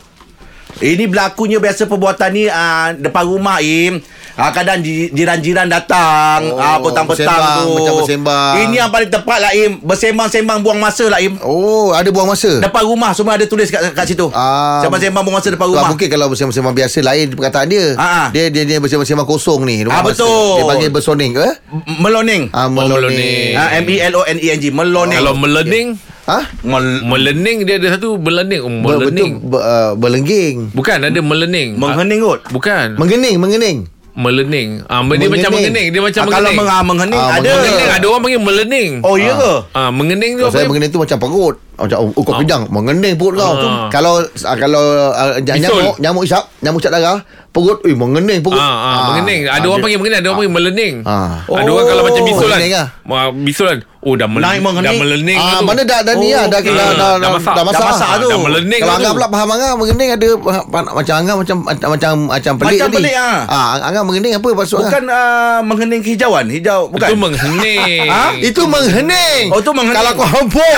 Speaker 3: Ini berlakunya biasa perbuatan ni ah, depan rumah Im. Ah, kadang ji- jiran-jiran datang
Speaker 4: Oh,
Speaker 3: oh, ah, petang-petang
Speaker 4: bersembang,
Speaker 3: tu.
Speaker 4: macam bersembang.
Speaker 3: Ini yang paling tepat lah Im. Bersembang-sembang buang masa lah Im.
Speaker 4: Oh, ada buang masa.
Speaker 3: Depan rumah semua ada tulis kat, kat situ.
Speaker 4: Ah.
Speaker 3: Sembang-sembang buang masa depan
Speaker 4: Sebab
Speaker 3: rumah.
Speaker 4: mungkin kalau bersama-sama biasa lain perkataan dia.
Speaker 3: Ah, ah.
Speaker 4: Dia dia dia bersama-sama kosong ni. buang
Speaker 3: Ah,
Speaker 4: masa.
Speaker 3: betul.
Speaker 4: Dia panggil bersoning ke?
Speaker 3: M- Meloneng.
Speaker 4: Ah,
Speaker 5: meloneng.
Speaker 4: meloneng.
Speaker 3: Ah, M E L O N E N G. Meloneng.
Speaker 5: Kalau melening,
Speaker 4: Ah,
Speaker 3: Mel-
Speaker 5: melening dia ada satu melening, oh,
Speaker 4: Ber- betul
Speaker 5: melening.
Speaker 4: ber- uh, berlengging.
Speaker 5: Bukan ada melening.
Speaker 3: menghening kot.
Speaker 5: Ah, Bukan.
Speaker 4: Mengening, mengening.
Speaker 5: Melening. Ah, dia
Speaker 4: Mengening.
Speaker 5: macam mengening, dia macam
Speaker 3: Ah, kalau
Speaker 5: mengening.
Speaker 3: meng- ah, menghening
Speaker 4: Ah,
Speaker 3: ada.
Speaker 5: Mengening ada orang panggil melening.
Speaker 3: Oh ya ke?
Speaker 5: Ah, mengening tu
Speaker 4: Kalau saya
Speaker 5: apa?
Speaker 4: mengening tu macam perut. Macam oh, oh kau kejang, mengening perut kau.
Speaker 5: Ah.
Speaker 4: Kalau ah, kalau ah, nyamuk nyamuk isap, nyamuk isap darah, perut eh mengening perut.
Speaker 5: Ah, ah, mengening. Ada orang panggil mengening, ada orang panggil melening.
Speaker 4: Ah.
Speaker 5: Ada orang kalau macam bisul kan.
Speaker 4: Melening lah.
Speaker 5: Ah, Bisul kan. Oh dah melening.
Speaker 3: Naik mengening.
Speaker 5: Dah melening.
Speaker 4: Ah,
Speaker 5: tu.
Speaker 4: mana dah dah ni lah dah,
Speaker 5: Oh, okey.
Speaker 4: dah, dah, dah, dah masak
Speaker 5: masak. Hmm. Dah
Speaker 4: lah.
Speaker 5: masak tu. Dah melening
Speaker 4: Kalau
Speaker 5: lah tu.
Speaker 4: Angah pula faham Angah mengening ada pa- pa- macam Angah macam macam macam pelik
Speaker 3: Macam
Speaker 4: tadi.
Speaker 3: pelik, ah.
Speaker 4: ah. Angah mengening apa maksud Angah?
Speaker 3: Bukan ah, menghening hijauan. Hijau bukan.
Speaker 5: Itu menghening.
Speaker 4: Ah, itu menghening.
Speaker 3: Oh, tu menghening.
Speaker 4: Kalau kau hempuk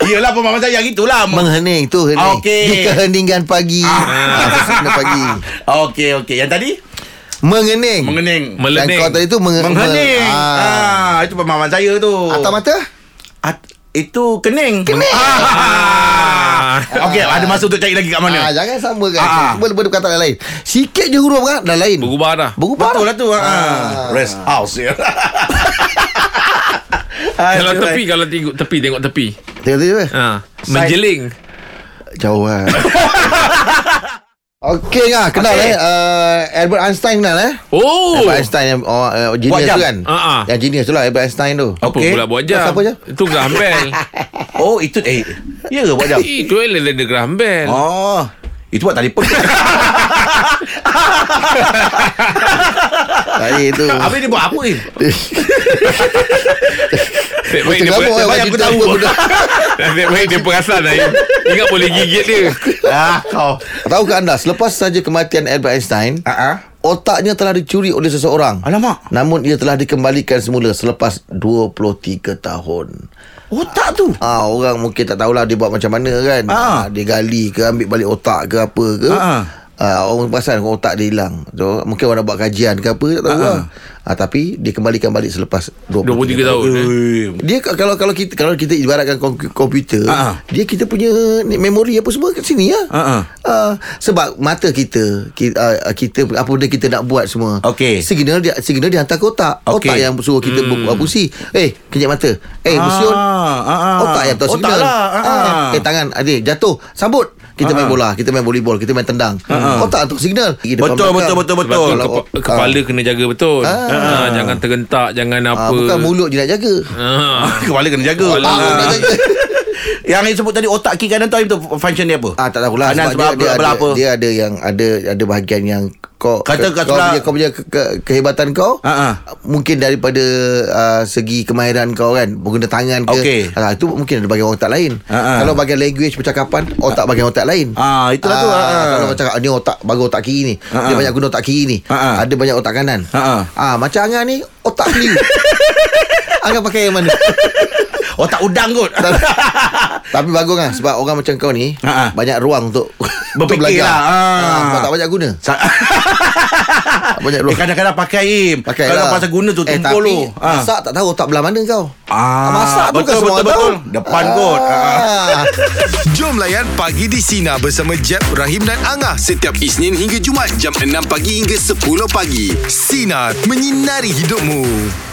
Speaker 3: Iyalah pemahaman saya yang itulah. Meng-
Speaker 4: menghening tu hening.
Speaker 3: Ah, Okey.
Speaker 4: Di keheningan pagi. Ah, sesudah pagi. Hmm.
Speaker 3: Okey okey. Yang tadi
Speaker 4: Mengening.
Speaker 3: mengening.
Speaker 4: Dan
Speaker 5: Melening.
Speaker 4: kau tadi tu menge-
Speaker 3: Menghening.
Speaker 4: meng- ah.
Speaker 3: Ah. itu pemahaman saya tu.
Speaker 4: Atas mata?
Speaker 3: At- itu kening. Kening. Ah. Okey, ada masa untuk cari lagi kat mana?
Speaker 4: Ah, jangan sama kan.
Speaker 3: Ah, ah.
Speaker 4: Cuba cuba berkata yang lain. Sikit je huruf kan dah lain.
Speaker 5: Berubah dah.
Speaker 4: Berubah.
Speaker 3: Betul lah tu. Ah. Rest house. Ya. Ah,
Speaker 5: Kalau tepi kalau tengok tepi tengok tepi.
Speaker 4: Tengok tadi apa?
Speaker 5: Ha, menjeling.
Speaker 4: Jauh lah Okey lah Kenal
Speaker 3: Okey.
Speaker 4: eh uh, Albert Einstein kenal eh
Speaker 5: Oh.
Speaker 4: Albert Einstein yang oh, uh, Genius
Speaker 3: jam.
Speaker 4: tu kan
Speaker 5: Ah, ah.
Speaker 4: Yang genius tu lah Albert Einstein tu
Speaker 5: Apa
Speaker 3: Okey.
Speaker 5: pula buat jam?
Speaker 4: Siapa je?
Speaker 5: Itu Graham Bell.
Speaker 3: Oh, itu eh. Ya ke buat jam?
Speaker 5: Itu Alexander Graham Bell.
Speaker 3: Oh. Itu buat telefon.
Speaker 4: Tadi tu
Speaker 3: Habis dia buat apa ni?
Speaker 5: Nasib baik dia,
Speaker 4: Kenapa
Speaker 5: per-
Speaker 4: orang
Speaker 3: baik
Speaker 4: bagi
Speaker 3: aku
Speaker 4: cerita
Speaker 3: tahu.
Speaker 4: apa benda?
Speaker 5: nasib baik dia perasan lah. Ingat boleh gigit dia.
Speaker 3: Ah, kau.
Speaker 4: Tahu ke anda Selepas saja kematian Albert Einstein
Speaker 3: Ah ah.
Speaker 4: Otaknya telah dicuri oleh seseorang
Speaker 3: Alamak.
Speaker 4: Namun ia telah dikembalikan semula Selepas 23 tahun
Speaker 3: Otak tu.
Speaker 4: Ah orang mungkin tak tahulah dia buat macam mana kan.
Speaker 3: Ah.
Speaker 4: Ah. dia gali ke ambil balik otak ke apa ke.
Speaker 3: Ah.
Speaker 4: Ah. orang perasan kalau otak dia hilang. So, mungkin orang buat kajian ke apa tak tahu lah. Ah, tapi dia kembalikan balik selepas
Speaker 5: 23
Speaker 4: 23
Speaker 5: tahun. eh.
Speaker 3: Eh.
Speaker 4: Dia k- kalau kalau kita kalau kita ibaratkan kom- komputer,
Speaker 3: Ah.
Speaker 4: dia kita punya ni- memori apa semua kat sini ya.
Speaker 3: Ah.
Speaker 4: Ah, sebab mata kita kita, ah, kita apa benda kita nak buat semua.
Speaker 3: Okey.
Speaker 4: Signal dia signal dia hantar ke otak.
Speaker 3: Okey.
Speaker 4: Otak yang suruh kita hmm. berpusi. Eh, kejap mata. Eh, mesin.
Speaker 3: ah, ah.
Speaker 4: Otak yang tahu
Speaker 3: Otak
Speaker 4: signal
Speaker 3: lah, ah, ah.
Speaker 4: ah. Eh tangan adik jatuh Sambut Kita main bola Kita main volleyball Kita main tendang Otak untuk signal Pergi depan
Speaker 3: Ah, Betul,
Speaker 4: belakang.
Speaker 3: betul, betul,
Speaker 5: Sebab
Speaker 3: betul.
Speaker 5: tu kepa- kepala kena jaga betul.
Speaker 4: Ah.
Speaker 5: Ah, jangan tergentak, jangan
Speaker 4: ah,
Speaker 5: apa.
Speaker 4: Bukan mulut je nak jaga
Speaker 5: Ah.
Speaker 3: Kepala kena jaga.
Speaker 5: Kepala
Speaker 3: Ah.
Speaker 5: kena
Speaker 4: jaga.
Speaker 3: Yang yang sebut tadi otak kiri kanan tu Aim, tu function dia apa?
Speaker 4: Ah tak tahulah
Speaker 3: Kanan sebelah
Speaker 4: sebab dia, dia,
Speaker 3: berapa?
Speaker 4: ada, dia ada yang ada ada bahagian yang kau
Speaker 3: Kata- kata
Speaker 4: kau
Speaker 3: lah-
Speaker 4: punya, kau punya ke, ke, kehebatan kau
Speaker 3: Ah, ah.
Speaker 4: mungkin daripada uh, segi kemahiran kau kan pengguna tangan ke
Speaker 3: Okey.
Speaker 4: ah, itu mungkin ada bahagian otak lain
Speaker 3: Ah, ah.
Speaker 4: kalau bahagian language percakapan otak bahagian otak lain
Speaker 3: Ah, Ha. itulah tu, ah, ah.
Speaker 4: kalau macam ni otak bahagian otak kiri ni
Speaker 3: Ah,
Speaker 4: dia
Speaker 3: ah.
Speaker 4: banyak guna otak kiri ni
Speaker 3: Ah, ah.
Speaker 4: ada banyak otak kanan
Speaker 3: Ah,
Speaker 4: ah macam Angah ni otak keliu Angah pakai yang mana
Speaker 3: Otak udang kot.
Speaker 4: Tapi bagus kan Sebab orang macam kau ni
Speaker 3: Ha, ha.
Speaker 4: Banyak ruang untuk untuk
Speaker 3: Berfikir
Speaker 4: belajar.
Speaker 3: lah, ha.
Speaker 4: Ha, Sebab tak banyak guna
Speaker 3: Sa-
Speaker 4: Tak banyak
Speaker 3: eh,
Speaker 4: ruang
Speaker 3: kadang-kadang pakai Im.
Speaker 4: Pakai
Speaker 3: Kalau
Speaker 4: lah.
Speaker 3: pasal guna tu
Speaker 4: eh,
Speaker 3: tumpul
Speaker 4: tapi,
Speaker 3: tu. Ah.
Speaker 4: Masak tak tahu otak belah mana kau
Speaker 3: Ah,
Speaker 4: Masak tu
Speaker 3: betul,
Speaker 4: kan semua
Speaker 3: betul,
Speaker 4: tahu
Speaker 3: betul. Depan kot. Ha.
Speaker 4: ah.
Speaker 2: Jom layan Pagi di Sina bersama Jeb, Rahim dan Angah setiap Isnin hingga Jumaat jam 6 pagi hingga 10 pagi. Sina, menyinari hidupmu.